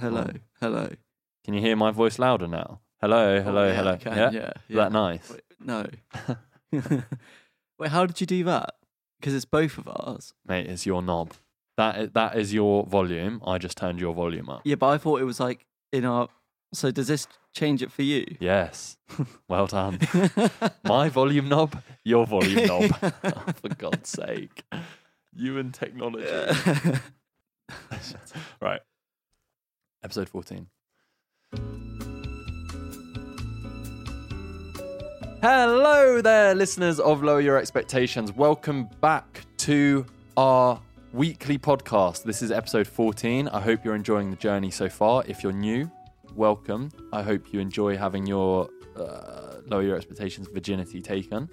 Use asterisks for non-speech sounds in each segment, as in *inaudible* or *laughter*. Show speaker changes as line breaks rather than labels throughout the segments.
Hello,
Um,
hello.
Can you hear my voice louder now? Hello, hello,
Oh, yeah, I
hello.
can,
yeah?
yeah,
Is
yeah.
that nice?
Wait,
*laughs*
no. *laughs* Wait, how did you do that? Because it's both of ours.
Mate, it's your knob. That is, that is your volume. I just turned your volume up.
Yeah, but I thought it was like in our. So does this change it for you?
Yes. Well done. my volume knob, your volume knob. *laughs* Oh, for God's sake. You and technology. right. Episode 14. Hello there, listeners of Lower Your Expectations. Welcome back to our weekly podcast. This is episode 14. I hope you're enjoying the journey so far. If you're new, welcome. I hope you enjoy having your uh, Lower Your Expectations virginity taken.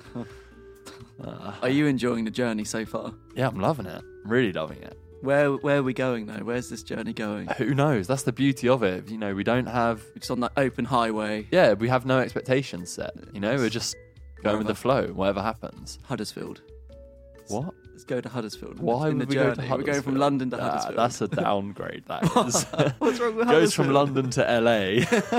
Uh,
Are you enjoying the journey so far?
Yeah, I'm loving it. I'm really loving it.
Where Where are we going though? Where's this journey going?
Who knows? That's the beauty of it. You know, we don't have
It's on that open highway,
yeah, we have no expectations set. You know, we're just going with the flow, whatever happens.
Huddersfield.
What?
Let's go to Huddersfield.
Why
in
would
the
we
journey?
go to
We're going from
Huddersfield?
London to
Nah,
Huddersfield.
That's a downgrade. That is.
*laughs* What's wrong with
Goes from
Huddersfield?
London to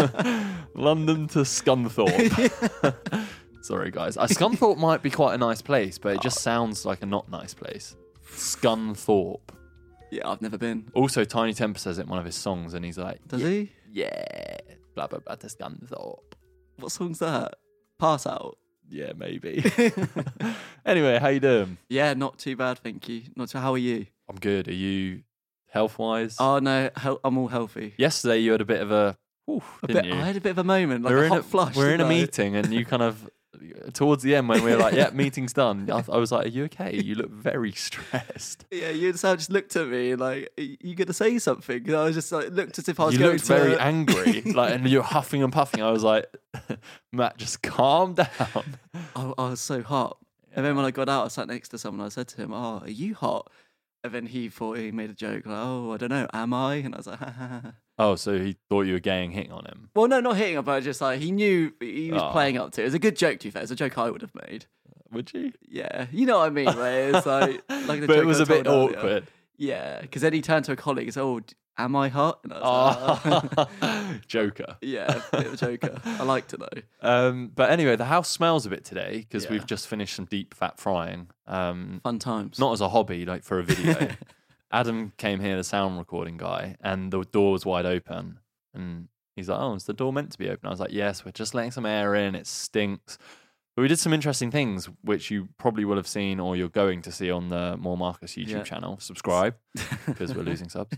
LA, London to Scunthorpe. *laughs* Sorry, guys. Uh, Scunthorpe might be quite a nice place, but it just sounds like a not nice place. Scunthorpe.
Yeah, I've never been.
Also, Tiny Temper says it in one of his songs, and he's like,
Does he?
yeah, blah blah blah to Scunthorpe.
What song's that? Pass out.
Yeah, maybe. *laughs* anyway, how you doing?
Yeah, not too bad, thank you. Not too. How are you?
I'm good. Are you health wise?
Oh no, hel- I'm all healthy.
Yesterday you had a bit of a. Oof,
a
didn't
bit,
you?
I had a bit of a moment, like
we're
a
in
hot
a,
flush.
We're in a
didn't I?
meeting, and you kind of towards the end when we were like, "Yeah, meeting's done." I, I was like, "Are you okay? You look very stressed."
Yeah, you and Sam just looked at me like, "Are you gonna say something?" And I was just like, looked as if I was
You
going
looked
to. uh, *laughs*
very angry, like, and you're huffing and puffing. I was like, *laughs* "Matt, just calm down."
I, I was so hot. And then when I got out, I sat next to someone. I said to him, "Oh, are you hot?" And then he thought he made a joke like, "Oh, I don't know, am I?" And I was like, ha, ha, ha.
Oh, so he thought you were gaying hitting on him.
"Well, no, not hitting up, but just like he knew he was
Oh.
playing up to." It It was a good joke, to be fair. It's a joke I would have made.
Would you?
Yeah, you know what I mean. Like, it's
*laughs*
like, like the
but
joke I
it was a bit
told earlier.
awkward.
Yeah, because then he turned to a colleague and said, "Oh, d- am I hot?" And I was like, *laughs* "Ah."
Oh. *laughs* Joker.
yeah, bit of a joker. I liked it though.
Um, but anyway, the house smells a bit today because
Yeah.
we've just finished some deep fat frying. Um,
Fun times.
not as a hobby, like for
*laughs*
a video. Adam came here, the sound recording guy, and the door was wide open. And he's like, Oh, is the door meant to be open? I was like, Yes, we're just letting some air in. It stinks. But we did some interesting things, which you probably will have seen or you're going to see on the More Marcus YouTube
Yeah.
channel. Subscribe because we're
*laughs*
losing subs.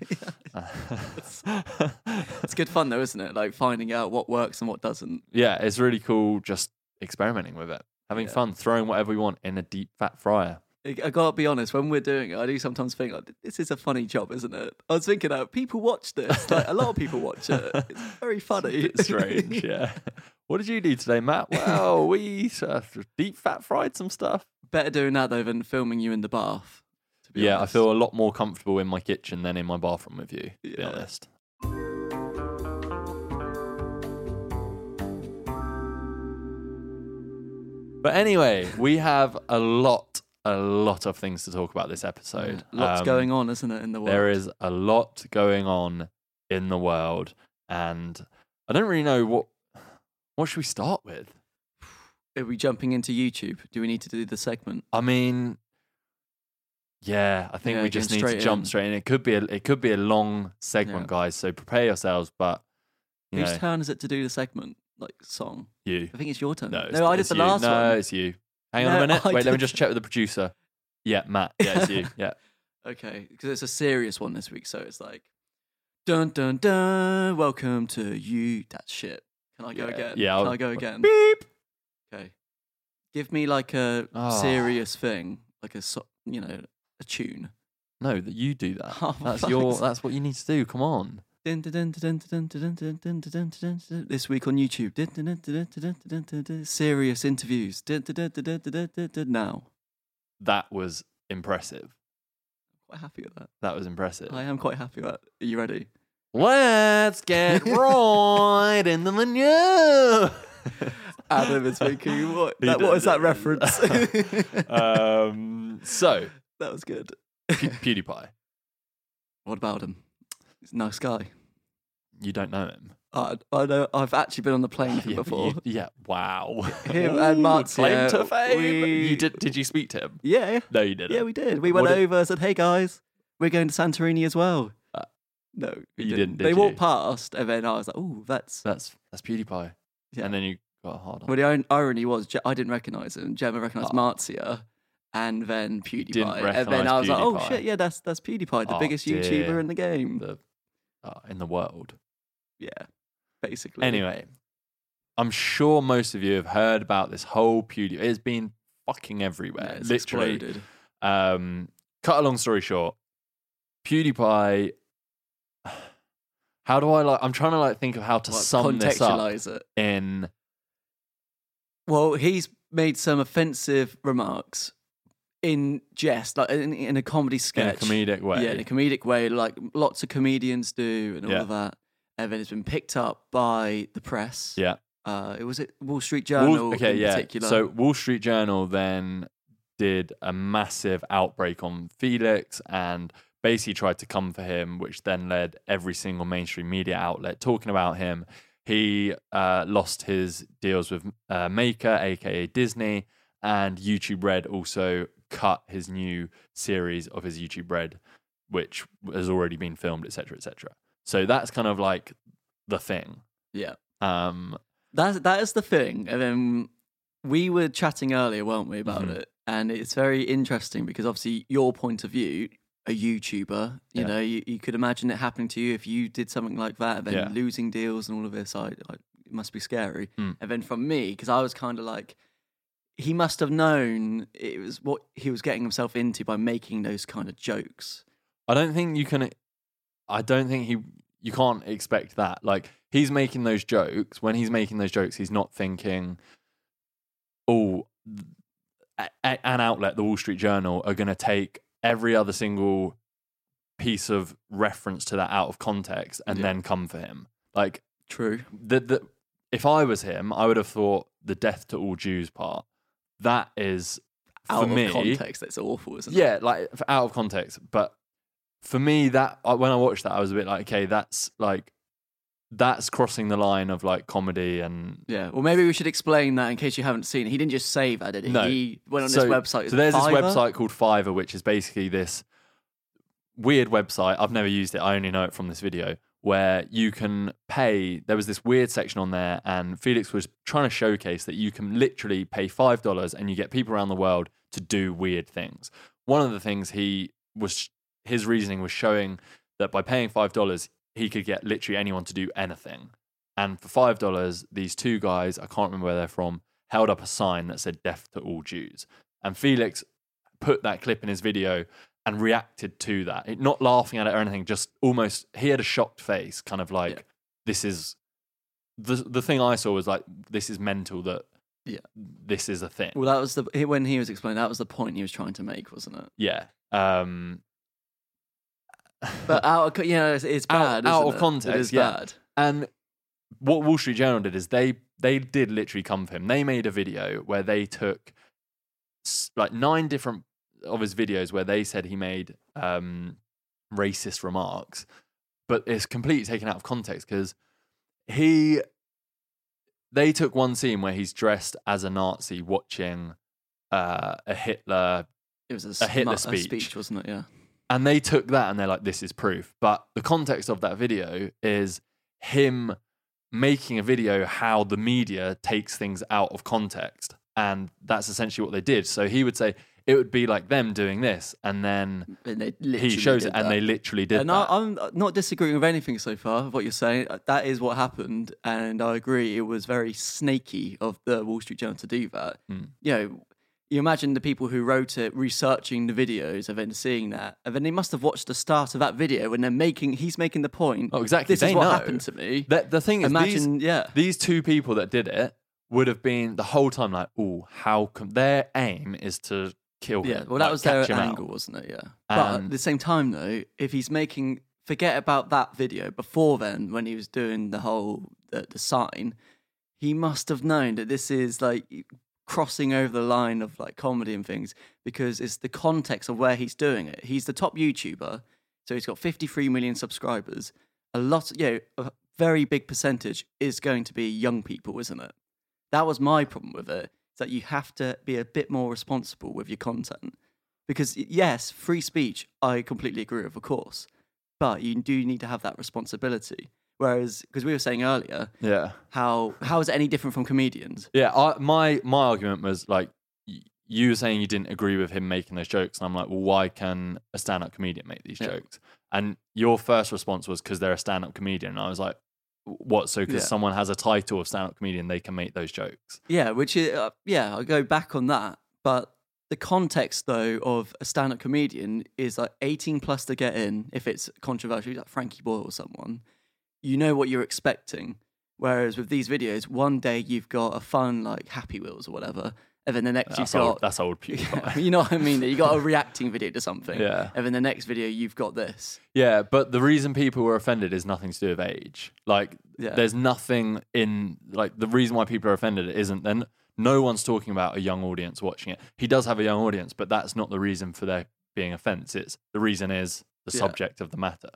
it's good fun though, isn't it? Like finding out what works and what doesn't.
*laughs* yeah, it's really cool just experimenting with it, having
Yeah.
fun, throwing whatever we want in a deep fat fryer.
I I gotta be honest. When we're doing it, I do sometimes think like, this is a funny job, isn't it? I was thinking, uh, people watch this. Like a lot of people watch it. It's very funny.
It's *laughs* strange, yeah. What did you do today, Matt? Well, we uh, deep fat fried some stuff.
*laughs* Better doing that though than filming you in the bath. To be
Yeah,
honest.
I feel a lot more comfortable in my kitchen than in my bathroom with you, to be
Yeah.
honest. But anyway, we have a lot, a lot of things to talk about this episode.
lots
Um,
going on, isn't it, in the world?
There is a lot going on in the world, and I don't really know what. What should we start with?
Are we jumping into YouTube? Do we need to do the segment?
I mean, yeah, I think
Yeah,
we just
going
need to
straight
jump
in.
straight in. It could be a it could be a long segment,
Yeah.
guys. So prepare yourselves. But you
Whose
know,
turn is it to do the segment? Like song?
you
I think it's your turn.
no, it's-
no, I did
it's
the
you.
last
no,
one.
it's you. Hang on
No,
a minute.
I
Wait, let me
did-
just check with the producer. Yeah, Matt. Yeah, it's you.
*laughs*
Yeah.
Okay, because it's a serious one this week, so it's like, dun dun dun. Welcome to you. That shit. Can I go
Yeah,
again?
yeah,
Can
I'll-
I go again?
Beep.
Okay. Give me like a
Ah.
serious thing, like a so- you know a tune.
No, that you do that.
Oh,
that's
fuck's
your.
sake.
That's what you need to do. Come on.
Dun, dun, dun, dun, dun, dun, dun, dun, dun, dun, dun, dun, dun. This week on YouTube, Dun, dun, dun, dun, dun, dun, dun, dun. serious interviews. Dun, dun, dun, dun, dun, dun, dun, dun, dun. Now,
That was impressive.
quite happy with that.
That was impressive.
I am quite happy with that. Are you ready?
Let's get right into the news.
*laughs* Adam is *laughs*
*laughs*
making what?
He
That, what is that
did.
reference? *laughs*
*laughs* um, so
that was good.
Pew- PewDiePie,
What about him? He's a nice guy.
you don't know him
I, I know. I've actually been on the plane with him
*laughs* Yeah, but
before.
you- yeah, wow.
Him and Mark,
claim
yeah,
to fame.
we-
You did? Did you speak to him?
Yeah,
No, you didn't.
yeah, we did. We went
What did-
over. said, "Hey guys, we're going to Santorini as well."
Uh,
no, we
you didn't, did
they
you?
walked past, and then I was like, "Oh, that's."
That's that's PewDiePie.
Yeah.
And then you got a hard on.
Well, the ir- irony was Je- I didn't recognise him. Gemma recognised
Oh.
Marzia, and then PewDiePie.
didn't
and then
recognise
I was like, "Oh
PewDiePie.
shit, yeah, that's that's PewDiePie, the
Oh,
biggest
dear.
YouTuber in the game."
The- uh, in the world.
yeah, basically.
Anyway, I'm sure most of you have heard about this whole PewDiePie. It's been fucking everywhere.
Yeah, it's
literally.
exploded.
Um, cut a long story short, PewDiePie. *sighs* How do I like? I'm trying to like think of how to
Like,
sum this up
contextualise it.
in.
Well, he's made some offensive remarks in jest, like in, in a comedy
In a
sketch.
comedic way.
Yeah, in a comedic way, like lots of comedians do and all
Yeah.
of that. And then it's been picked up by the press.
Yeah.
Uh, it was it Wall Street
Wall-
Journal in particular.
So Wall Street Journal then did a massive outbreak on Felix and basically tried to come for him, which then led every single mainstream media outlet talking about him. He uh, lost his deals with uh, Maker, aka Disney, and YouTube Red also cut his new series of his YouTube Red, which has already been filmed, etc., etc. So that's kind of like the thing.
Yeah.
Um,
That that is the thing. And then we were chatting earlier, weren't we, about
Mhm.
it? And it's very interesting because obviously your point of view, a YouTuber, you
Yeah.
know, you, you could imagine it happening to you if you did something like that, and then
Yeah.
losing deals and all of this. I, I it must be scary.
Mm.
And then from me, because I was kind of like. He must have known it was what he was getting himself into by making those kind of jokes.
I don't think you can. I don't think he. You can't expect that. Like he's making those jokes. When he's making those jokes, he's not thinking, "Oh, a- a- an outlet, the Wall Street Journal, are going to take every other single piece of reference to that out of context and
Yeah.
then come for him." Like
True.
the, the if I was him, I would have thought the death to all Jews part. That is
Out
for
of
me
context, that's awful, isn't it?
yeah, like f- out of context. But for me, that I- when I watched that, I was a bit like, okay, that's like that's crossing the line of like comedy and
Yeah, well, maybe we should explain that in case you haven't seen it. He didn't just say that, did he?
No.
He went on
so,
this website.
So there's
Fiverr?
this website called Fiverr, which is basically this weird website. I've never used it. I only know it from this video where you can pay. There was this weird section on there, and Felix was trying to showcase that you can literally pay five dollars and you get people around the world to do weird things. One of the things he was his reasoning was showing that by paying five dollars he could get literally anyone to do anything. And for five dollars, these two guys, I can't remember where they're from, held up a sign that said "Death to all Jews." And Felix put that clip in his video and reacted to that, it, not laughing at it or anything, just almost he had a shocked face, kind of like
Yeah.
this is the the thing I saw was like this is mental that
Yeah.
this is a thing.
Well, that was the he- when he was explaining. That was the point he was trying to make, wasn't it?
yeah. Um,
But out, of, co- you know, it's, it's
Out-
bad.
out
isn't
of
it?
context,
it is
yeah.
bad.
And what Wall Street Journal did is they they did literally come for him. They made a video where they took s- like nine different of his videos where they said he made um, racist remarks, but it's completely taken out of context because he they took one scene where he's dressed as a Nazi watching uh, a Hitler
It was a,
A Hitler
smu-
speech.
wasn't it? Yeah,
and they took that and they're like, this is proof. But the context of that video is him making a video how the media takes things out of context. And that's essentially what they did. So he would say, it would be like them doing this. And then
and they literally
he shows it
did
and
that.
they literally did
and
that.
I, I'm not disagreeing with anything so far of what you're saying. Uh, That is what happened, and I agree. It was very snaky of the Wall Street Journal to do that.
Mm.
You know, you imagine the people who wrote it researching the videos and then seeing that, and then they must have watched the start of that video when they're making. He's making the point.
Oh, exactly.
This
They
is what
know.
happened to me.
The, the thing is,
Imagine,
these,
yeah.
these two people that did it would have been the whole time like, oh, how come? Their aim is to kill him.
Yeah, well, that
like,
was
catch
their
him out.
angle, wasn't it? Yeah. But
Um,
at the same time, though, if he's making forget about that video before then, when he was doing the whole the, the sign, he must have known that this is like crossing over the line of like comedy and things because it's the context of where he's doing it. He's the top YouTuber, so he's got 53 million subscribers. A lot, you know, a very big percentage is going to be young people, isn't it? That was my problem with it. Is that you have to be a bit more responsible with your content. Because yes, free speech, I completely agree with, of course, but you do need to have that responsibility. Whereas, because we were saying earlier,
Yeah.
how how is it any different from comedians?
Yeah, I, my my argument was like y- you were saying you didn't agree with him making those jokes, and I'm like, well, why can a stand-up comedian make these
Yeah.
jokes? And your first response was because they're a stand-up comedian, and I was like, what? So because
Yeah.
someone has a title of stand-up comedian, they can make those jokes.
Yeah, which is uh, yeah, I'll go back on that. But the context though of a stand-up comedian is like 18 plus to get in if it's controversial, like Frankie Boyle or someone. You know what you're expecting. Whereas with these videos, one day you've got a fun like Happy Wheels or whatever, and then the next
That's
you've
old.
got
That's old.
*laughs* Yeah,
PewDiePie.
you know what I mean? You got a reacting video to something.
Yeah.
And then the next video, you've got this.
Yeah, but the reason people were offended is nothing to do with age. Like,
Yeah.
there's nothing in like the reason why people are offended isn't then no one's talking about a young audience watching it. He does have a young audience, but that's not the reason for their being offense. It's the reason is the
Yeah.
subject of the matter,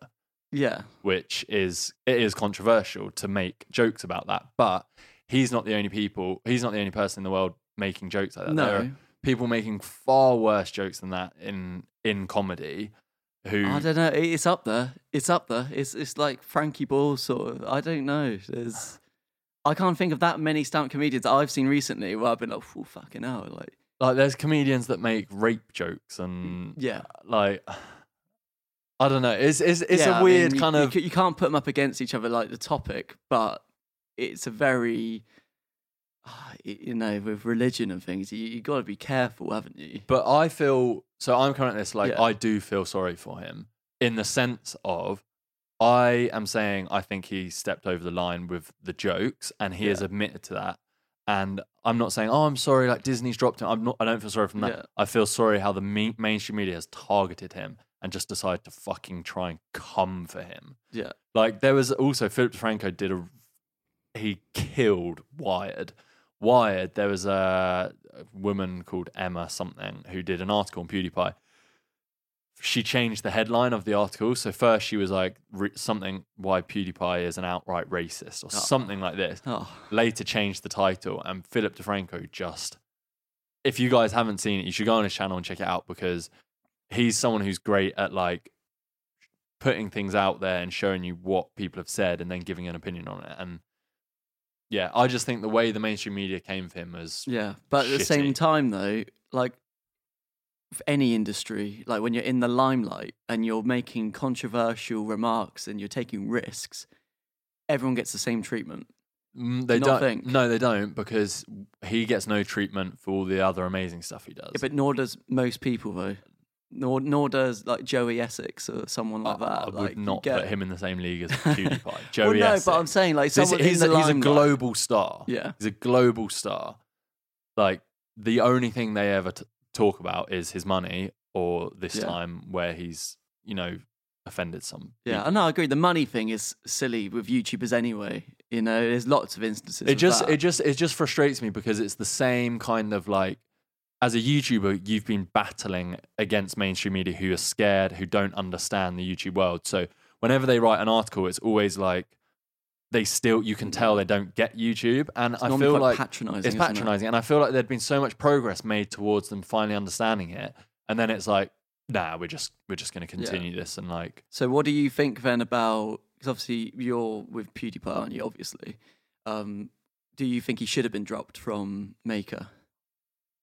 Yeah.
which is it is controversial to make jokes about that. But he's not the only people. He's not the only person in the world making jokes like that. Uh, There are
No.
people making far worse jokes than that in in comedy. Who
I don't know. It's up there. It's up there. It's it's like Frankie Ball sort of. I don't know. There's, I can't think of that many stand comedians that I've seen recently where I've been like, oh fucking hell, like
like there's comedians that make rape jokes and
yeah.
like *sighs* I don't know. It's it's it's
Yeah, I
a
mean,
weird
you-
kind
you
of
ca- You, can't put them up against each other like the topic, but it's a very. ah, y- You know, with religion and things, you you got to be careful, haven't you?
but I feel so I'm currently this like
Yeah.
I do feel sorry for him in the sense of I am saying I think he stepped over the line with the jokes and he has
Yeah.
admitted to that. And I'm not saying, oh, I'm sorry, like Disney's dropped him. I'm not, I don't feel sorry from that.
Yeah.
I feel sorry how the me- mainstream media has targeted him and just decided to fucking try and come for him.
Yeah,
Like there was also Philip Franco did a he killed Wired. Wired, there was a, a woman called Emma something who did an article on PewDiePie. She changed the headline of the article. So first she was like re- something why PewDiePie is an outright racist or something like this.
oh,
Later changed the title and Philip DeFranco just if you guys haven't seen it, you should go on his channel and check it out because he's someone who's great at like putting things out there and showing you what people have said and then giving an opinion on it. And yeah, I just think the way the mainstream media came for him was
Yeah, but at the same
shitty.
time, though, like f- any industry, like when you're in the limelight and you're making controversial remarks and you're taking risks, everyone gets the same treatment.
Mm, they
Not
don't.
think.
No, they don't because he gets no treatment for all the other amazing stuff he does.
Yeah, but nor does most people, though. Nor nor does like Joey Essex or someone like
I,
that.
I would
like, you
not
get-
put him in the same league
*laughs*
as PewDiePie. Joey
well, no, but I'm
Essex.
saying like
This-
someone
he's,
in
a,
the
he's a
limelight-
global star.
Yeah,
He's a global star. Like the only thing they ever t- talk about is his money or this
Yeah.
time where he's, you know, offended some.
yeah.
people.
I know. I agree. The money thing is silly with YouTubers anyway. You know, there's lots of instances.
It
of
just
that.
it just it just frustrates me because it's the same kind of like as a YouTuber, you've been battling against mainstream media who are scared, who don't understand the YouTube world. So whenever they write an article, it's always like they still you can tell they don't get YouTube. And I
normally
feel
quite
like
patronising,
It's
isn't it?
patronizing. And I feel like there'd been so much progress made towards them finally understanding it. And then it's like, nah, we're just we're just gonna continue this and like
So, what do you think then about? Because obviously you're with PewDiePie, aren't you? Obviously, um, do you think he should have been dropped from
*laughs*
Maker?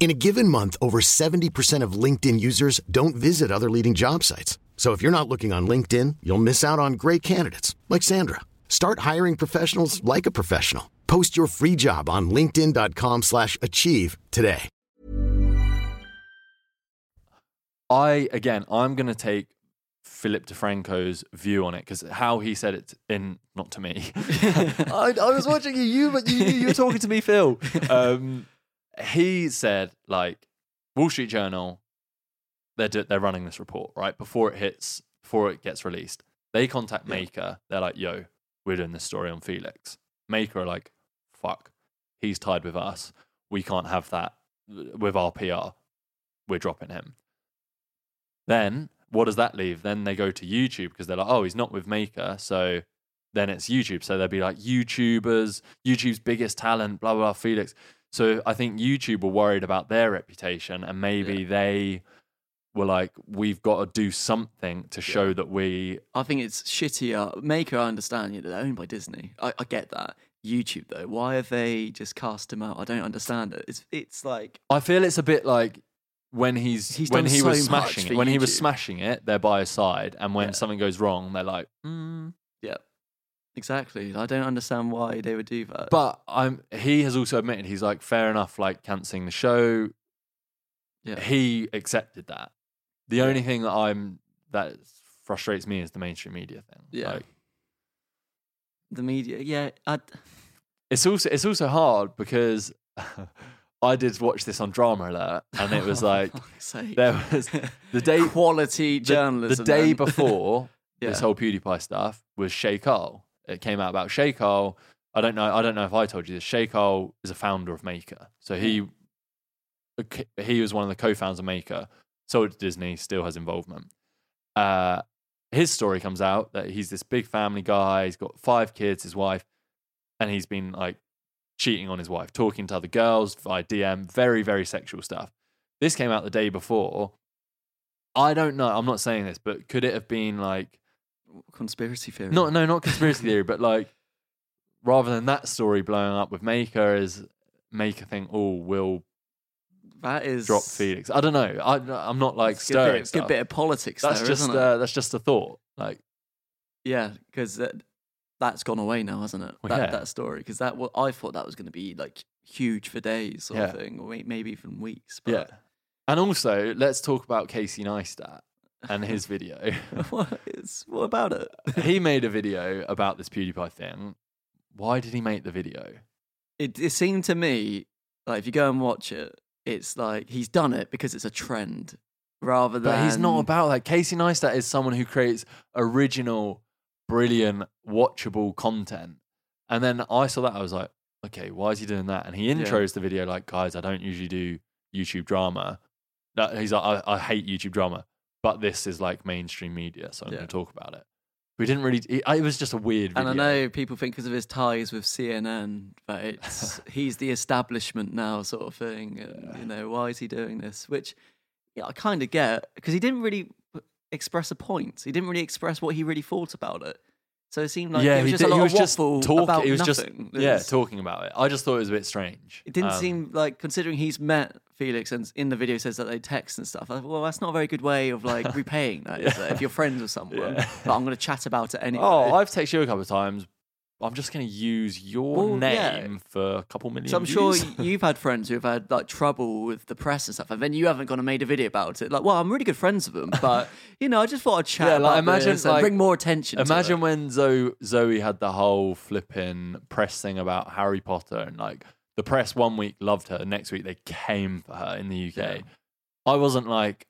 In a given month, over 70% of LinkedIn users don't visit other leading job sites. So if you're not looking on LinkedIn, you'll miss out on great candidates like Sandra. Start hiring professionals like a professional. Post your free job on linkedin.com/achieve slash achieve today.
I again, I'm going to take Philip DeFranco's view on it because how he said it in not to me. *laughs* I, I was watching you, you, but you, you were talking to me, Phil. Um, he said like Wall Street Journal, they're do- they're running this report right before it hits, before it gets released. They contact Maker. They're like, "Yo, we're doing this story on Felix." Maker are like, "Fuck, he's tied with us. We can't have that with our PR. We're dropping him." Then what does that leave? Then they go to YouTube because they're like, "Oh, he's not with Maker, so." Then it's YouTube. So they'll be like YouTubers, YouTube's biggest talent, blah, blah, blah, Felix. So I think YouTube were worried about their reputation and maybe they were like, we've got to do something to show that we.
I think it's shittier. Maker, I understand. You know, they're owned by Disney. I, I get that. YouTube though, why have they just cast him out? I don't understand it. It's it's like
I feel it's a bit like when he's,
He's
when
done
he
so
was
much
smashing
for
it. When he was
YouTube.
smashing it, they're by his side. And when
Yeah.
something goes wrong, they're like, mm.
yeah, exactly. I don't understand why they would do that.
but I'm he has also admitted he's like, fair enough, like cancelling the show.
yeah,
He accepted that. The only thing that I'm that frustrates me is the mainstream media thing.
Yeah.
Like,
the media. Yeah, I,
it's also it's also hard because *laughs* I did watch this on Drama Alert, and
*laughs*
it was like there was the day the-
quality
the,
journalism. *laughs*
day
then.
before
Yeah.
this whole PewDiePie stuff was Shay Cole. It came out about Shay Cole. I don't know. I don't know if I told you this. Shay Cole is a founder of Maker, so he he was one of the co-founders of Maker. Sold to Disney, still has involvement. Uh, his story comes out that he's this big family guy. He's got five kids, his wife, and he's been like cheating on his wife, talking to other girls via DM, very, very sexual stuff. This came out the day before. I don't know. I'm not saying this, but could it have been like,
conspiracy theory.
not, no,
*laughs*
not conspiracy theory, but like, rather than that story blowing up with Maker, is Maker think, oh, we'll
that is
drop Felix? I don't know. I, I'm not like
it's a good bit-
stirring.
it's a good
stuff.
bit of politics.
That's
there,
just
isn't it?
uh, that's just a thought. Like,
Yeah, because that, that's gone away now, hasn't it?
Well,
that,
yeah.
that story, because that wa- I thought that was going to be like huge for days, sort of
Yeah.
thing, or may- maybe even weeks.
yeah.
But
And also, let's talk about Casey Neistat and
*laughs*
his video.
what is what about it?
he made a video about this PewDiePie thing. Why did he make the video?
it? It seemed to me like if you go and watch it, it's like he's done it because it's a trend, rather than
But he's not about that. Casey Neistat is someone who creates original, brilliant, watchable content. And then I saw that, I was like, okay, why is he doing that? And he
Yeah.
intros the video like, guys, I don't usually do YouTube drama. No, He's like, I, I hate YouTube drama, but this is like mainstream media, so I'm
Yeah.
going to talk about it. We didn't really. It, it was just a weird.
And
Video.
I know people think because of his ties with CNN that
*laughs*
it's he's the establishment now, sort of thing. And you know, why is he doing this? Which yeah, I kind of get because he didn't really express a point. He didn't really express what he really thought about it. So it seemed like it was just
did-
a lot of
just
waffle
talk-
about
he was just
nothing. It
yeah
was-
talking about it. I just thought it was a bit strange.
It didn't
Um,
seem like considering he's met Felix and in the video says that they text and stuff. I thought, well, that's not a very good way of like repaying that. is it? If
*laughs*
you're friends with someone, but I'm going to chat about it anyway.
Oh, I've texted you a couple of times. I'm just going to use your
Well, yeah.
name for a couple million.
so I'm sure
*laughs* views.
you've had friends who've had like trouble with the press and stuff, and then you haven't gone and made a video about it. Like, well, I'm really good friends with them,
*laughs*
but you know, I just thought I'd chat.
Yeah, like,
about
imagine,
this and
like-
bring more attention.
Imagine
to it.
when Zoe, Zoe had the whole flipping press thing about Harry Potter and like the press one week loved her, the next week they came for her in the UK. I wasn't like,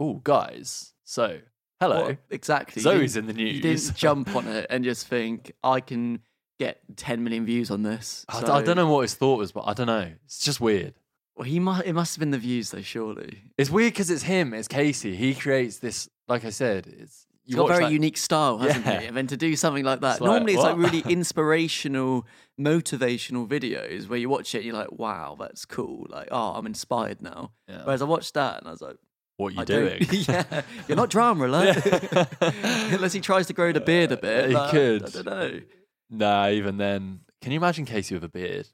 oh, guys, so hello.
What- exactly. You
Zoe's in the
You
news.
didn't
*laughs*
jump on it and just think I can get 10 million views on this.
I,
So-
I don't know what his thought was, but I don't know. It's just weird.
Well, he must. It must have been the views though. Surely.
It's weird because it's him, it's Casey. He creates this, like I said, it's
He's
you
got a
watch
very
that-
unique style, hasn't
Yeah.
he? And then to do something like that,
It's like,
normally it's
what?
like
*laughs*
really inspirational, motivational videos where you watch it and you're like, "Wow, that's cool!" Like, "Oh, I'm inspired now."
Yeah.
Whereas I watched that and I was like,
What you
"I
doing? *laughs*
don't- *laughs* yeah, you're not drama alert." *laughs* Unless he tries to grow the beard a bit,
Uh, He
like,
could.
I don't know.
Nah, even then. Can you imagine Casey with a beard?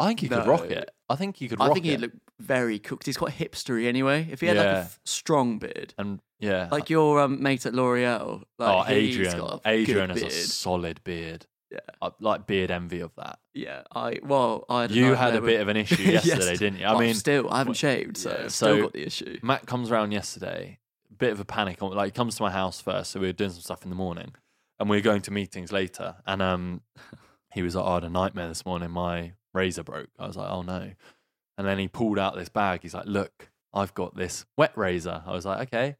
I think he could
No.
rock it. I think he could rock
I think
it.
he'd look very cooked. He's quite hipstery anyway. If he had like
Yeah.
a f- strong beard,
and yeah.
like your um, mate at L'Oreal, like
oh,
he's
Adrian.
got a
Adrian
good
has a
beard.
solid beard.
Yeah.
I, like beard envy of that.
Yeah, I well, I had a
You had
nightmare
a
with-
bit
*laughs*
of an issue yesterday, didn't you? I
Well,
mean-
still, I haven't shaved, so
yeah,
I've
so-
still got the issue.
Matt comes around yesterday, bit of a panic. on- Like, he comes to my house first. So we were doing some stuff in the morning and we were going to meetings later. And um, *laughs* he was like, oh, I had a nightmare this morning. My razor broke. I was like, oh no. And then he pulled out this bag. He's like, look, I've got this wet razor. I was like, okay.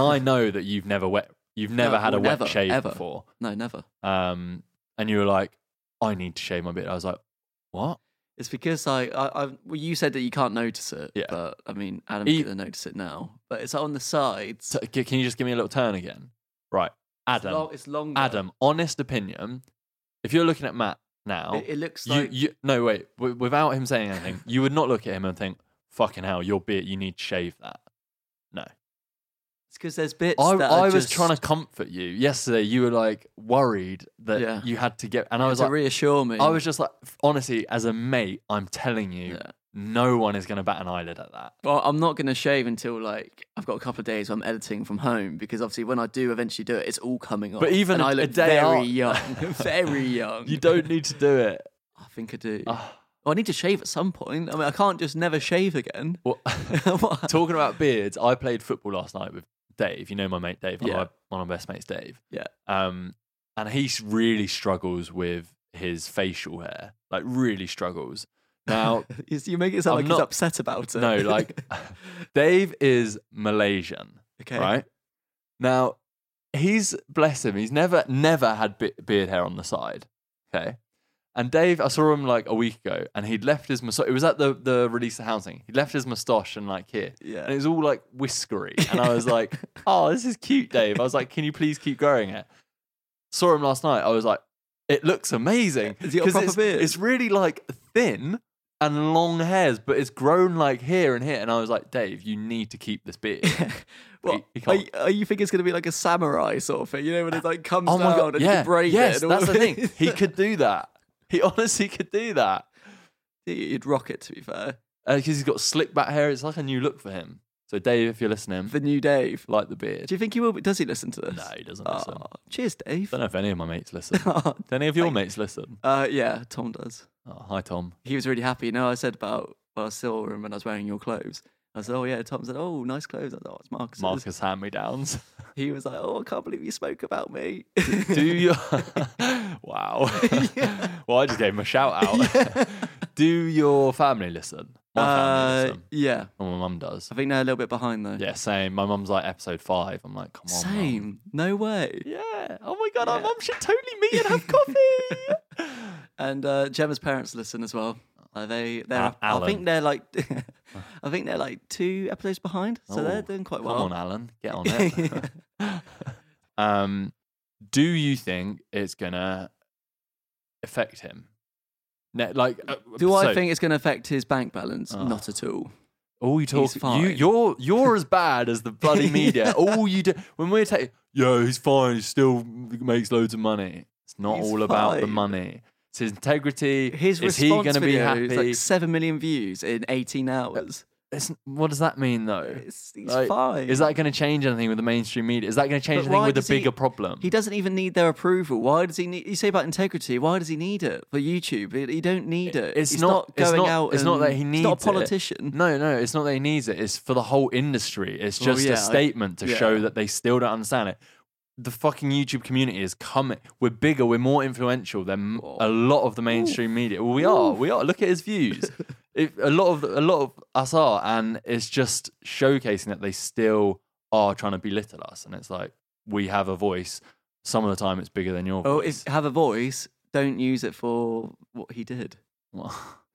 *laughs*
I know that you've never wet, you've never
No,
had a
well, never,
wet shave
ever.
before.
No, never.
Um, and you were like, I need to shave my beard. I was like, what?
It's because I, I, I well, you said that you can't notice it.
Yeah.
But I mean, Adam
He-
he, can notice it now. But it's on the sides.
So, c- can you just give me a little turn again? Right.
It's
Adam.
lo- it's longer.
*laughs* Adam, honest opinion, if you're looking at Matt now,
It, it looks
you,
like
you no wait, w- without him saying anything, you would not look at him and think, "Fucking hell, your beard, you need to shave that." No,
it's because there's bits.
I,
that are
I was
just-
trying to comfort you yesterday. You were like worried that
Yeah.
you had to get, and I was
to
like,
reassure me.
I was just like, honestly, as a mate, I'm telling you,
Yeah.
no one is going to bat an eyelid at
*laughs*
that.
Well, I'm not going to shave until like I've got a couple of days where I'm editing from home because obviously when I do eventually do it, it's all coming off.
But even
and I
a
look
day
very
out-
young, *laughs* very young.
*laughs* You don't need to do it.
*laughs* I think I do.
Ah.
Well, Oh, I need to shave at some point. I mean, I can't just never shave again. *laughs*
Well,
What?
*laughs* Talking about beards, I played football last night with Dave. You know my mate Dave, one,
Yeah.
of my, one of my best mates, Dave.
Yeah.
Um, and he s- really struggles with his facial hair. Like really struggles. Now,
Is- you make it sound
I'm
like
not-
he's upset about it.
no, like *laughs* Dave is Malaysian,
*laughs* okay,
right? Now, he's bless him. He's never never had be- beard hair on the side. Okay. And Dave, I saw him like a week ago, and he'd left his moustache. It was at the the release of housing. He left his moustache and like here,
Yeah.
and it was all like whiskery. And I
*laughs*
was like, "Oh, this is cute, Dave." I was like, "Can you please keep growing it?" Saw him last night. I was like, "It looks amazing."
Has he got a
'Cause
proper
it's,
beard?
It's really like thin and long hairs, but it's grown like here and here. And I was like, "Dave, you need to keep
*laughs*
this beard."
Well,
He- he
are,
can't.
you, are you think it's going to be like a samurai sort of thing? You know, when it like comes
Oh my
down
god!
and
Yeah,
you braid
yes,
it. and all
that's the
of *laughs*
thing.
it.
*laughs* He could do that. He honestly could do that
You'd rock it. To be fair,
because he's got slick back hair. It's like a new look for him. So Dave, if you're listening,
the new Dave.
like the beard.
Do you think he will? Be, does he listen to this?
No, he doesn't
Aw,
listen.
cheers, Dave.
don't know if any of my mates listen. *laughs* Do any of your mates listen?
uh, yeah, Tom does.
Oh, hi *laughs* Tom.
He was really happy. You know, I said about well, I saw him when I was wearing your clothes. I said, "Oh yeah." Tom said, "Oh, nice clothes." I thought, "Oh, it's Marcus."
Marcus hand me downs. *laughs*
He was like, "Oh, I can't believe you spoke about me." *laughs*
Do your *laughs* wow. *laughs* Well, I just gave him a shout *laughs* out. Do your family listen? My family
Uh,
listen.
yeah,
Well, my mum does.
I think they're a little bit behind though.
Yeah, same. My mum's like episode five. I'm like, come on. Mum.
Same. No way.
Yeah. Oh my god, our mum should totally meet and have coffee. *laughs*
And uh, Gemma's parents listen as well. Uh, they, they're.
Al-
I
Alan.
think they're
*laughs*
like. *laughs* I think they're like two episodes behind, so
Oh,
they're doing quite well.
Come on, Alan, get on
*laughs*
*laughs* it. um, do you think it's gonna affect him? Ne- like, uh,
Do I
so, Ah.
think it's going to affect his bank balance? Not at all.
all you talk?
he's
You,
fine?
you're you're as bad as the *laughs* bloody media. all you do when we're taking, yo, he's fine. He still makes loads of money. It's not
He's
all about the
fine.
money. It's his integrity.
His
is he
response
going to be
video
happy?
is like seven million views in eighteen hours.
It's- what does that mean though?
It's, he's
Like,
fine.
Is that going to change anything with the mainstream media? Is that going to
But
change anything
why
with a
does he-
bigger problem?
He doesn't even need their approval. Why does he need? You say about integrity. Why does he need it for YouTube? He, he don't need it.
it's
He's
not,
going
it's not,
out.
It's not that
and-
he
he's
needs
not a
it.
politician.
No, no, it's not that he needs it. It's for the whole industry. It's
Well,
just
yeah, I-
a statement to show
yeah.
that they still don't understand it. The fucking YouTube community is coming. We're bigger. We're more influential than a lot of the mainstream media. Well, we are. We are. Look at his
*laughs*
views. if, a lot of a lot of us are, and it's just showcasing that they still are trying to belittle us. And it's like we have a voice. Some of the time, it's bigger than your voice.
Oh, if have a voice, don't use it for what he did.
*laughs*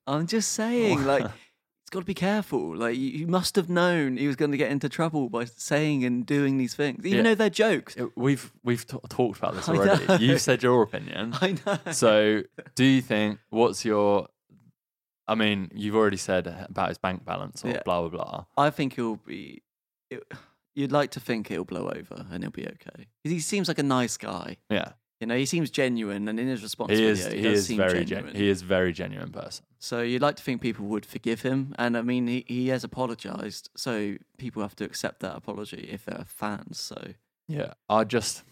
I'm just saying, like, it's got to be careful. Like, you, you must have known he was going to get into trouble by saying and doing these things, even
Yeah.
though they're jokes.
It- We've we've t- talked about this
I know.
already. You said your opinion.
*laughs* *laughs* I know.
So, do you think what's your? I mean, you've already said about his bank balance or
Yeah.
blah blah blah.
I think he'll be. It, you'd like to think it'll blow over and he'll be okay. 'Cause He seems like a nice guy.
Yeah,
You know, he seems genuine, and in his response
he
video,
is.
he,
He
does
is
seem
very
genuine.
genuine. He is very genuine person.
So you'd like to think people would forgive him, and I mean, he, he has apologized, so people have to accept that apology if they're fans. So.
Yeah, I just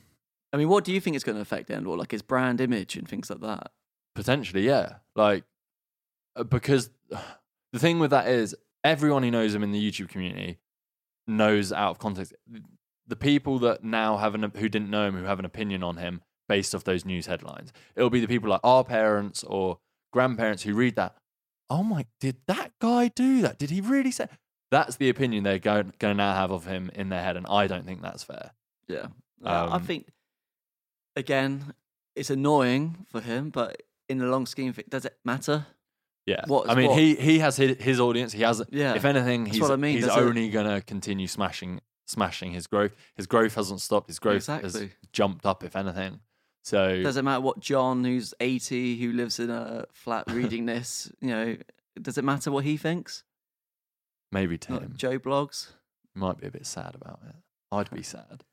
I mean, what do you think it's going to affect Endor, like his brand image and things like that?
potentially yeah, like uh, because the thing with that is everyone who knows him in the YouTube community knows out of context. The people that now have an who didn't know him who have an opinion on him based off those news headlines. It'll be the people like our parents or grandparents who read that. Oh my, did that guy do that? Did he really say? That's the opinion they're going, going to now have of him in their head, and I don't think that's fair.
Yeah, Uh, I
Um,
think again, it's annoying for him, but in the long scheme, of it, does it matter?
Yeah,
What-
I mean,
what-
he he has his, his audience. He has,
Yeah,
if anything,
that's
he's
what I mean,
he's
does it-
only gonna continue smashing smashing his growth. His growth hasn't stopped. His growth has
Exactly.
jumped up, if anything. So
Does it matter what John, who's eighty, who lives in a
*laughs*
flat, reading this? You know, does it matter what he thinks?
maybe
Like
Tim
Joe blogs.
might be a bit sad about it. I'd
*laughs*
be sad.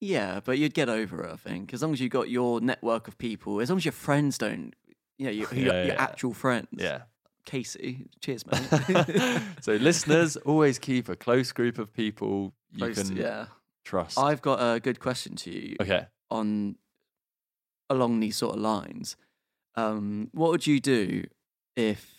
Yeah, but you'd get over it, I think, as long as you got your network of people, as long as your friends don't, you know,
*laughs*
your, your,
Yeah,
your
yeah.
actual friends. *laughs*
Yeah.
Casey,
*laughs*
cheers, mate. *laughs*
so listeners, always keep a close group of people you
Close to-
can
yeah.
trust.
I've got a good question to you
okay.
on along these sort of lines. Um, what would you do if,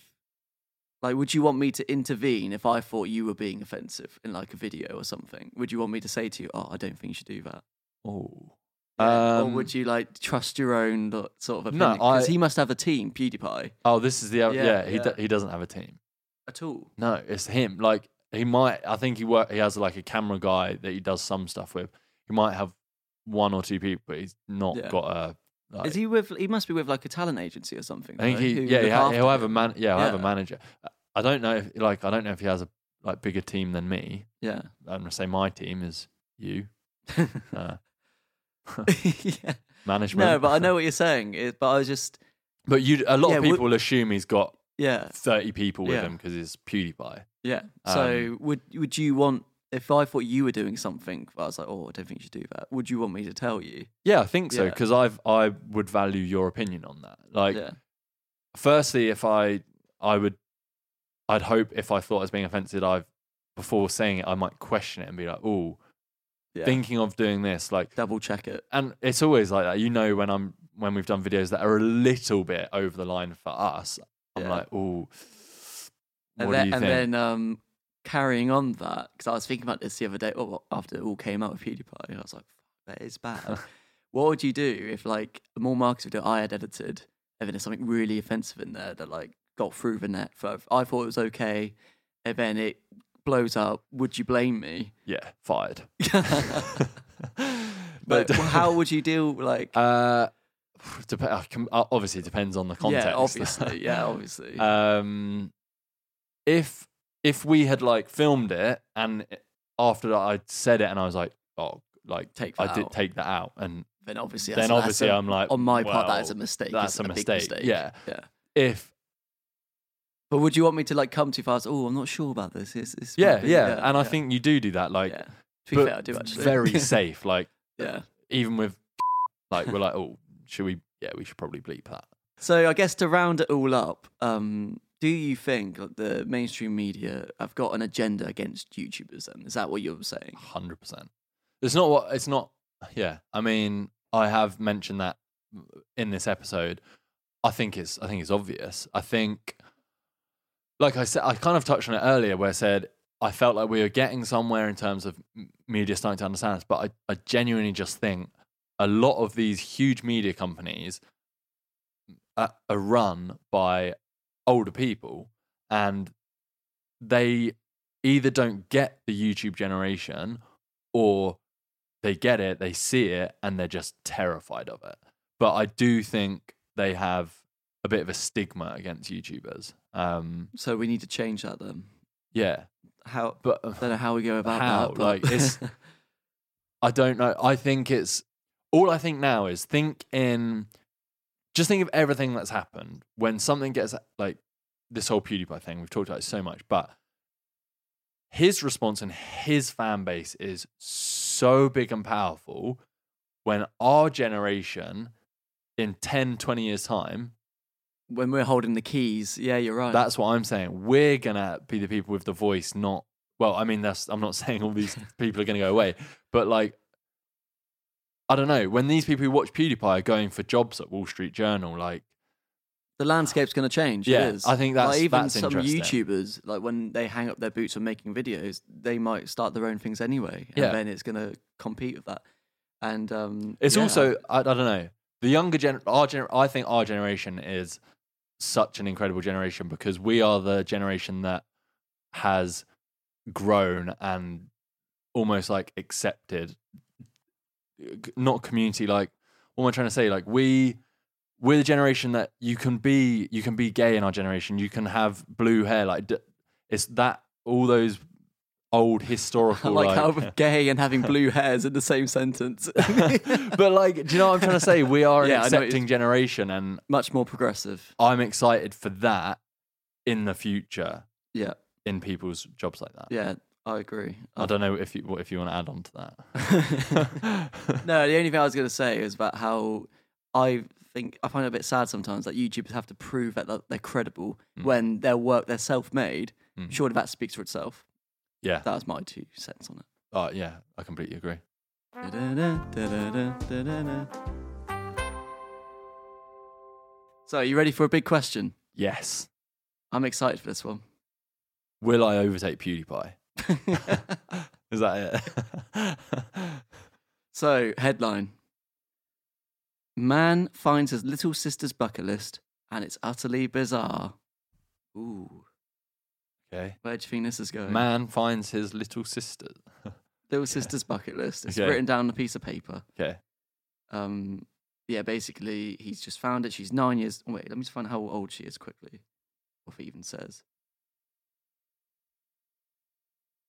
like, would you want me to intervene if I thought you were being offensive in like a video or something? Would you want me to say to you, "Oh, I don't think you should do that,"
Oh.
or would you like trust your own lo- sort of
No,
opinion? Because
I-
he must have a team, PewDiePie,
Oh, this is the yeah.
Yeah,
yeah he
yeah.
do- he doesn't have a team.
at all.
No, it's him. Like he might. I think he work. He has like a camera guy that he does some stuff with. He might have one or two people, but he's not
Yeah.
got a. Like,
Is he with? He must be with like a talent agency or something.
I think
right,
he.
who
yeah, he
look
ha-
after
he'll have a
him.
man. Yeah, he'll have a
Yeah.
manager. I don't know. If, like I don't know if he has a like bigger team than me.
Yeah,
I'm gonna say my team is
*laughs*
you. Uh, *laughs*
yeah.
management.
No, but I know what you're saying. It, but I was just,
*laughs* But you, a lot
Yeah,
of
would-
people assume he's got
yeah,
30 people with
Yeah.
him because he's PewDiePie.
yeah. So
Um,
would would you want if I thought you were doing something? I was like, oh, I don't think you should do that. Would you want me to tell you?
Yeah, I think so
Yeah.
because I've I would value your opinion on that. Like,
yeah,
firstly, if I I would I'd hope if I thought I was being offensive, I've before saying it, I might question it and be like, oh,
yeah.
thinking of doing this, like
double check it.
and it's always like that. You know when I'm when we've done videos that are a little bit over the line for us, I'm
Yeah.
like, oh
And then,
what do you
and
think?
then um, carrying on that because I was thinking about this the other day. Oh, well, after it all came out with PewDiePie, I was like, that is
*laughs*
bad. what would you do if like a more marketed video I had edited and then there's something really offensive in there that like got through the net? For, I thought it was okay, and then it blows up. Would you blame
*laughs*
me? *laughs*
yeah, fired.
But how would you deal? Like,
*laughs* uh *sighs* dep- I can- uh, obviously it depends on the context.
yeah,
*laughs*
obviously, yeah, obviously.
um if if we had like filmed it and after that i said it and i was like oh like
Take
i
that
did
out.
take that out and
then obviously,
then
that's- that's
obviously
a-
i'm like
on my part that
well,
is a mistake.
that's
It's
a
big
mistake, yeah.
yeah.
if
But would you want me to like come too fast? Oh, I'm not sure about this. It's, it's might
yeah
be-
yeah, and i
yeah,
think you do do that like
yeah. to be
but
*laughs* fair, I do actually
very safe like
yeah,
even with like we're like oh Should we? Yeah, we should probably bleep that.
So I guess to round it all up, um, do you think like, the mainstream media have got an agenda against YouTubers? Then is that what you're saying?
Hundred percent. It's not what it's not. Yeah, I mean, I have mentioned that in this episode. I think it's I think it's obvious. I think, like I said, I kind of touched on it earlier, where I said I felt like we were getting somewhere in terms of m- media starting to understand us, but I, I genuinely just think a lot of these huge media companies are, are run by older people, and they either don't get the YouTube generation or they get it, they see it, and they're just terrified of it. But I do think they have a bit of a stigma against YouTubers. Um,
So we need to change that then.
yeah,
How?
but uh,
I don't know how we go about
How?
that. but-
Like, it's- I don't know. I think it's all I think now is think in just think of everything that's happened when something gets like this whole PewDiePie thing. We've talked about it so much, but his response and his fan base is so big and powerful when our generation in 10, 20 years' time
*laughs* when we're holding the keys, yeah, you're right.
That's what I'm saying. We're gonna be the people with the voice, not well. I mean, that's I'm not *laughs* saying all these people are gonna go away, but like, I don't know. When these people who watch PewDiePie are going for jobs at Wall Street Journal, like,
the landscape's going to change.
Yeah,
it is.
I think that's-
like, even
that's
some
interesting.
YouTubers, like when they hang up their boots on making videos, they might start their own things anyway, and
Yeah.
then it's going to compete with that. And um,
it's
yeah.
also *laughs* I, I don't know. The younger gen, our gen, I think our generation is such an incredible generation because we are the generation that has grown and almost like accepted not community like what am i trying to say like we we're the generation that you can be you can be gay in our generation you can have blue hair like d- it's that all those
*laughs*
old
I
historical
like,
like-
how
*laughs*
we're gay and having blue hairs in the same sentence. *laughs*
but like do you know what i'm trying to say we are an
Yeah, I know what you-
accepting generation and
Much more progressive.
i'm excited for that in the future
Yeah,
in people's jobs like that
yeah, I agree. Uh,
i don't know if you what if you want to add on to
*laughs*
that
No, the only thing I was going to say is about how I think I find it a bit sad sometimes that YouTubers have to prove that they're- they're credible
Mm.
when their work they're self-made. Surely that speaks for itself.
*laughs* yeah
That was my two cents on it.
uh, yeah i completely agree
So, are you ready for a big question?
yes
I'm excited for this one.
will i overtake
*laughs*
pewdiepie is that it *laughs*
So, headline Man finds his little sister's bucket list and it's utterly bizarre. Ooh,
okay
where do you think this is going?
man finds his little sister
Little sister's bucket list. It's
Okay.
written down on a piece of paper.
okay
Um, yeah, basically, he's just found it. She's nine years. Wait, let me just find how old she is quickly. Or if it even says.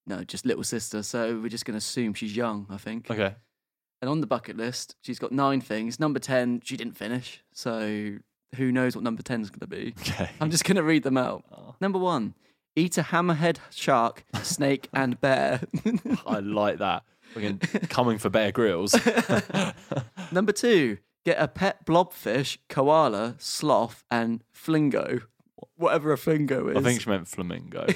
No, just little sister. So we're just going to assume she's young, I think.
okay
And on the bucket list, she's got nine things. Number 10, she didn't finish. So who knows what number 10 is going to be.
okay
I'm just going to read them out. Number one, eat a hammerhead shark, snake, and bear.
i like that
*laughs*
Fucking coming for bear grills
Number two, get a pet blobfish, koala, sloth, and flingo, whatever a flingo is.
i think she meant flamingo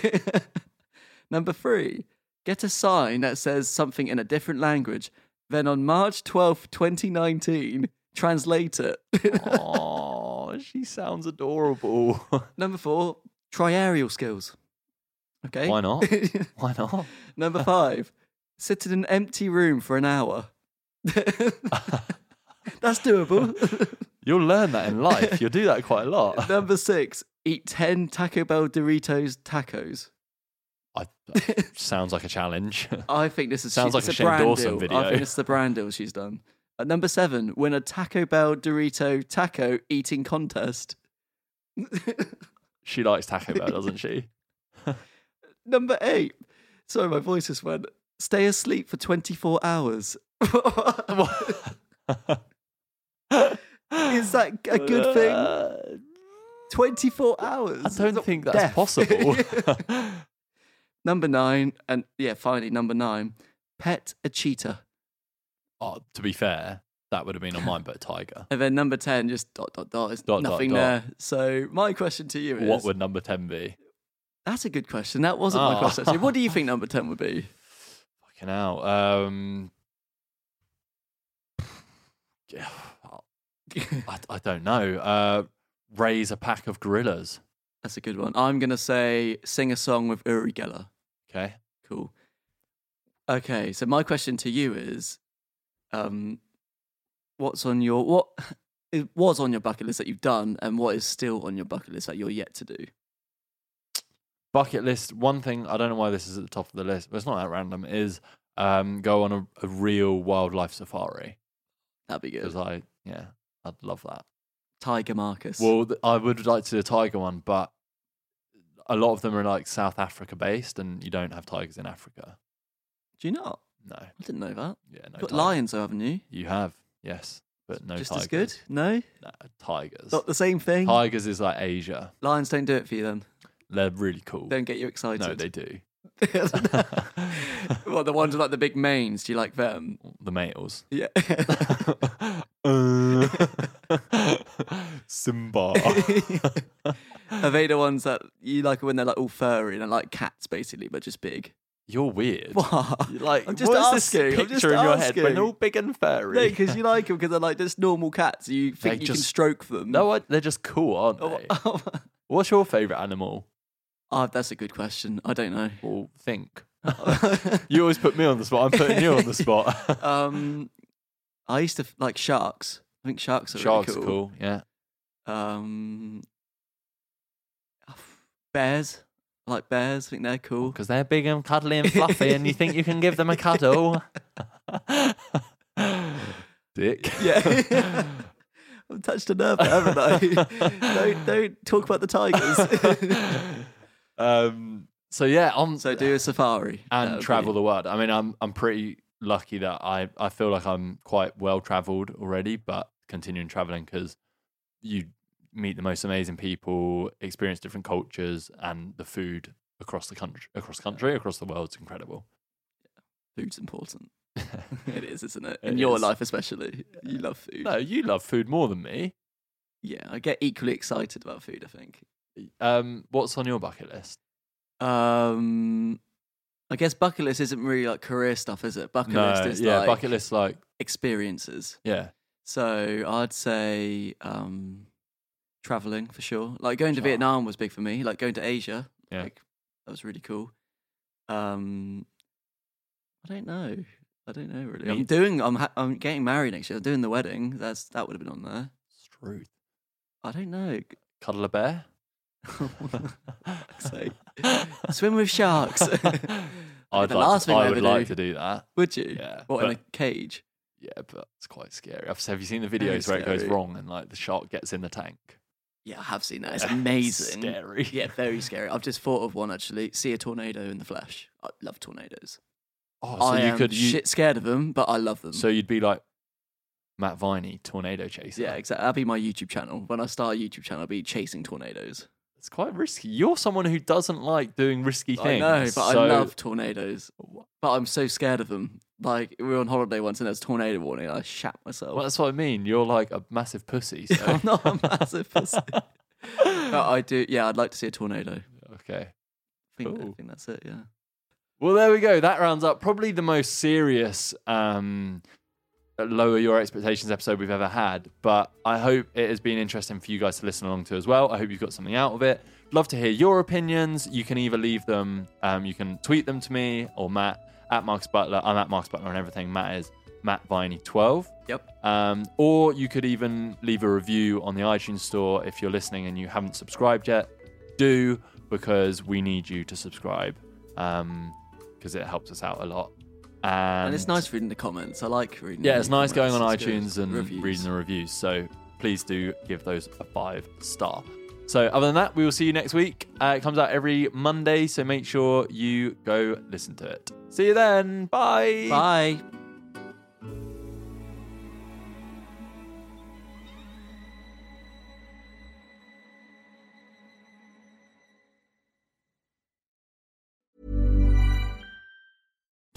Number three, get a sign that says something in a different language. Then on March 12th, 2019, translate it. *laughs*
oh she sounds adorable
Number four, try aerial skills. Okay.
why not *laughs* why not
*laughs* Number five, sit in an empty room for an hour. *laughs* That's
*laughs*
doable.
You'll learn that in life. You'll do that quite a lot.
Number six, eat 10 Taco Bell Doritos tacos.
I, that *laughs* sounds like a challenge.
I think this is
Sounds like
it's
a Shane
brand
Dawson
deal.
video.
I think it's the brand deal she's done. At number seven, win a Taco Bell Dorito taco eating contest.
*laughs* she likes Taco Bell, doesn't *laughs* she?
Number eight, sorry, my voice just went. Stay asleep for 24 hours. *laughs* Is that a good thing?
Uh,
24 hours.
I don't
Not
think that's
death.
*laughs* possible.
*laughs* number nine, and yeah, finally, number nine, pet a cheetah.
oh, to be fair, That would have been on mine, but a *laughs* tiger.
And then number 10, just dot, dot, dot. There's
Dot, dot,
nothing
dot.
there. So, my question to you is
What would number 10 be?
that's a good question. That wasn't my
Oh.
question. actually. What do you
*laughs*
think number 10 would be?
Fucking hell. Um, *sighs* yeah, I, I don't know. Uh, raise a pack of gorillas.
That's a good one. I'm going to say sing a song with Uri Geller.
Okay.
Cool. Okay, so my question to you is, um, what's on your what *laughs* it was on your bucket list that you've done, and what is still on your bucket list that you're yet to do?
Bucket list. One thing, I don't know why this is at the top of the list, but it's not that random, is um, go on a, a real wildlife safari.
That'd be
Because
good.
I, yeah, I'd love that.
Tiger Marcus.
Well, th- I would like to do a tiger one, but a lot of them are like South Africa based, and you don't have tigers in Africa.
do you not?
No,
I didn't know that.
yeah, no.
You've got
tiger-
lions, though, haven't you?
You have, yes, but no.
Just
tigers.
as good. No,
No, tigers.
not the same thing.
Tigers is like Asia.
lions don't do it for you. Then
They're really cool.
don't get you excited.
no, they do.
*laughs* well, the ones with like the big manes. Do you like them?
The males.
Yeah.
*laughs* Uh,
*laughs*
Simba.
*laughs* Are they the ones that you like when they're like all furry and they're like cats basically, but just big?
You're weird.
What?
You're Like,
I'm just
what is
asking, I'm
this picture
just
in your head when
asking.
they're all big and furry?
No, because you like them because they're like just normal cats. You think
They
you can
just-
stroke them. *laughs*
No, I, they're just cool, aren't
Oh,
they?
oh,
What's your favourite animal?
oh, that's a good question. I don't *laughs* know.
Well, think. you always put me on the spot. I'm putting you on the *laughs* spot.
Um, I used to f- like sharks. I think sharks are
Sharks
really
are cool. Yeah.
cool. Um, bears. I like bears. I think they're cool.
Because they're big and cuddly and fluffy, and you think you can give them
*laughs*
a cuddle. Dick.
Yeah. *laughs* I've touched a nerve, there, haven't *laughs* I? don't, don't talk about the tigers.
*laughs* um, so yeah, on
*laughs* so do a safari That would
and
be-
travel the world. I mean, I'm I'm pretty lucky that I I feel like I'm quite well travelled already, but continuing travelling because you meet the most amazing people, experience different cultures, and the food across the country, across the country, across the world is
*laughs*
incredible.
Food's *laughs* important. it is, isn't it?
It
In your
is.
life, especially, you love food.
No, you love food more than me.
Yeah, I get equally excited about food. I think.
Um, what's on your bucket list?
Um, I guess bucket list isn't really like career stuff, is it? Bucket list is
yeah,
like
bucket list like
experiences.
yeah,
So I'd say um, traveling for sure. Like going to
Sure.
Vietnam was big for me. Like going to Asia,
yeah.
like that was really cool. Um, I don't know. I don't know really.
Me-
I'm doing. I'm. Ha- I'm getting married next year. I'm doing the wedding. That's that would have been on there.
Struth.
I don't know. *laughs*
Cuddle a *laughs* bear.
So,
*laughs*
swim with sharks. *laughs*
I'd
the
like
last
to,
thing
I
I
would
ever
like
do.
to do that.
Would you?
Yeah,
What in
but-
a cage?
Yeah, but it's quite scary. I've, have you seen the
Very
videos where it goes
scary.
wrong and like the shark gets in the tank?
Yeah, I have seen that.
*laughs*
It's
It's
amazing.
scary.
Yeah, very scary. I've just thought of one actually. See a tornado in the flesh. I love tornadoes.
Oh, so
I
you
am
could you,
shit scared of them, but I love them.
so you'd be like Matt Viney, tornado chaser.
yeah, exactly. That'll be my YouTube channel. When I start a YouTube channel, I'll be chasing tornadoes.
it's quite risky. You're someone who doesn't like doing risky
I
things.
know, but
so-
I love tornadoes. But I'm so scared of them. Like we were on holiday once and there was a tornado warning. And I shat myself. *laughs*
Well, that's what I mean. You're like a massive pussy. So.
I'm not a massive pussy. but I do. Yeah, I'd like to see a tornado.
*laughs* okay.
I think, I
Cool.
think that's it. Yeah.
Well, there we go. That rounds up probably the most serious um, lower your expectations episode we've ever had. But I hope it has been interesting for you guys to listen along to as well. I hope you've got something out of it. Love to hear your opinions. You can either leave them, um, you can tweet them to me or Matt at Marcus Butler. I'm at Marcus Butler on everything. Matt is Matt Viney 12.
Yep.
Um, or you could even leave a review on the iTunes store if you're listening and you haven't subscribed yet. Do because we need you to subscribe because it helps us out a lot. And,
And it's nice reading the comments. I like reading.
Yeah,
the
it's nice going
comments.
on
It's good.
iTunes and
Reviews.
reading the reviews. So please do give those a five star. So other than that, we will see you next week. Uh, it comes out every Monday, so make sure you go listen to it. See you then. Bye.
Bye.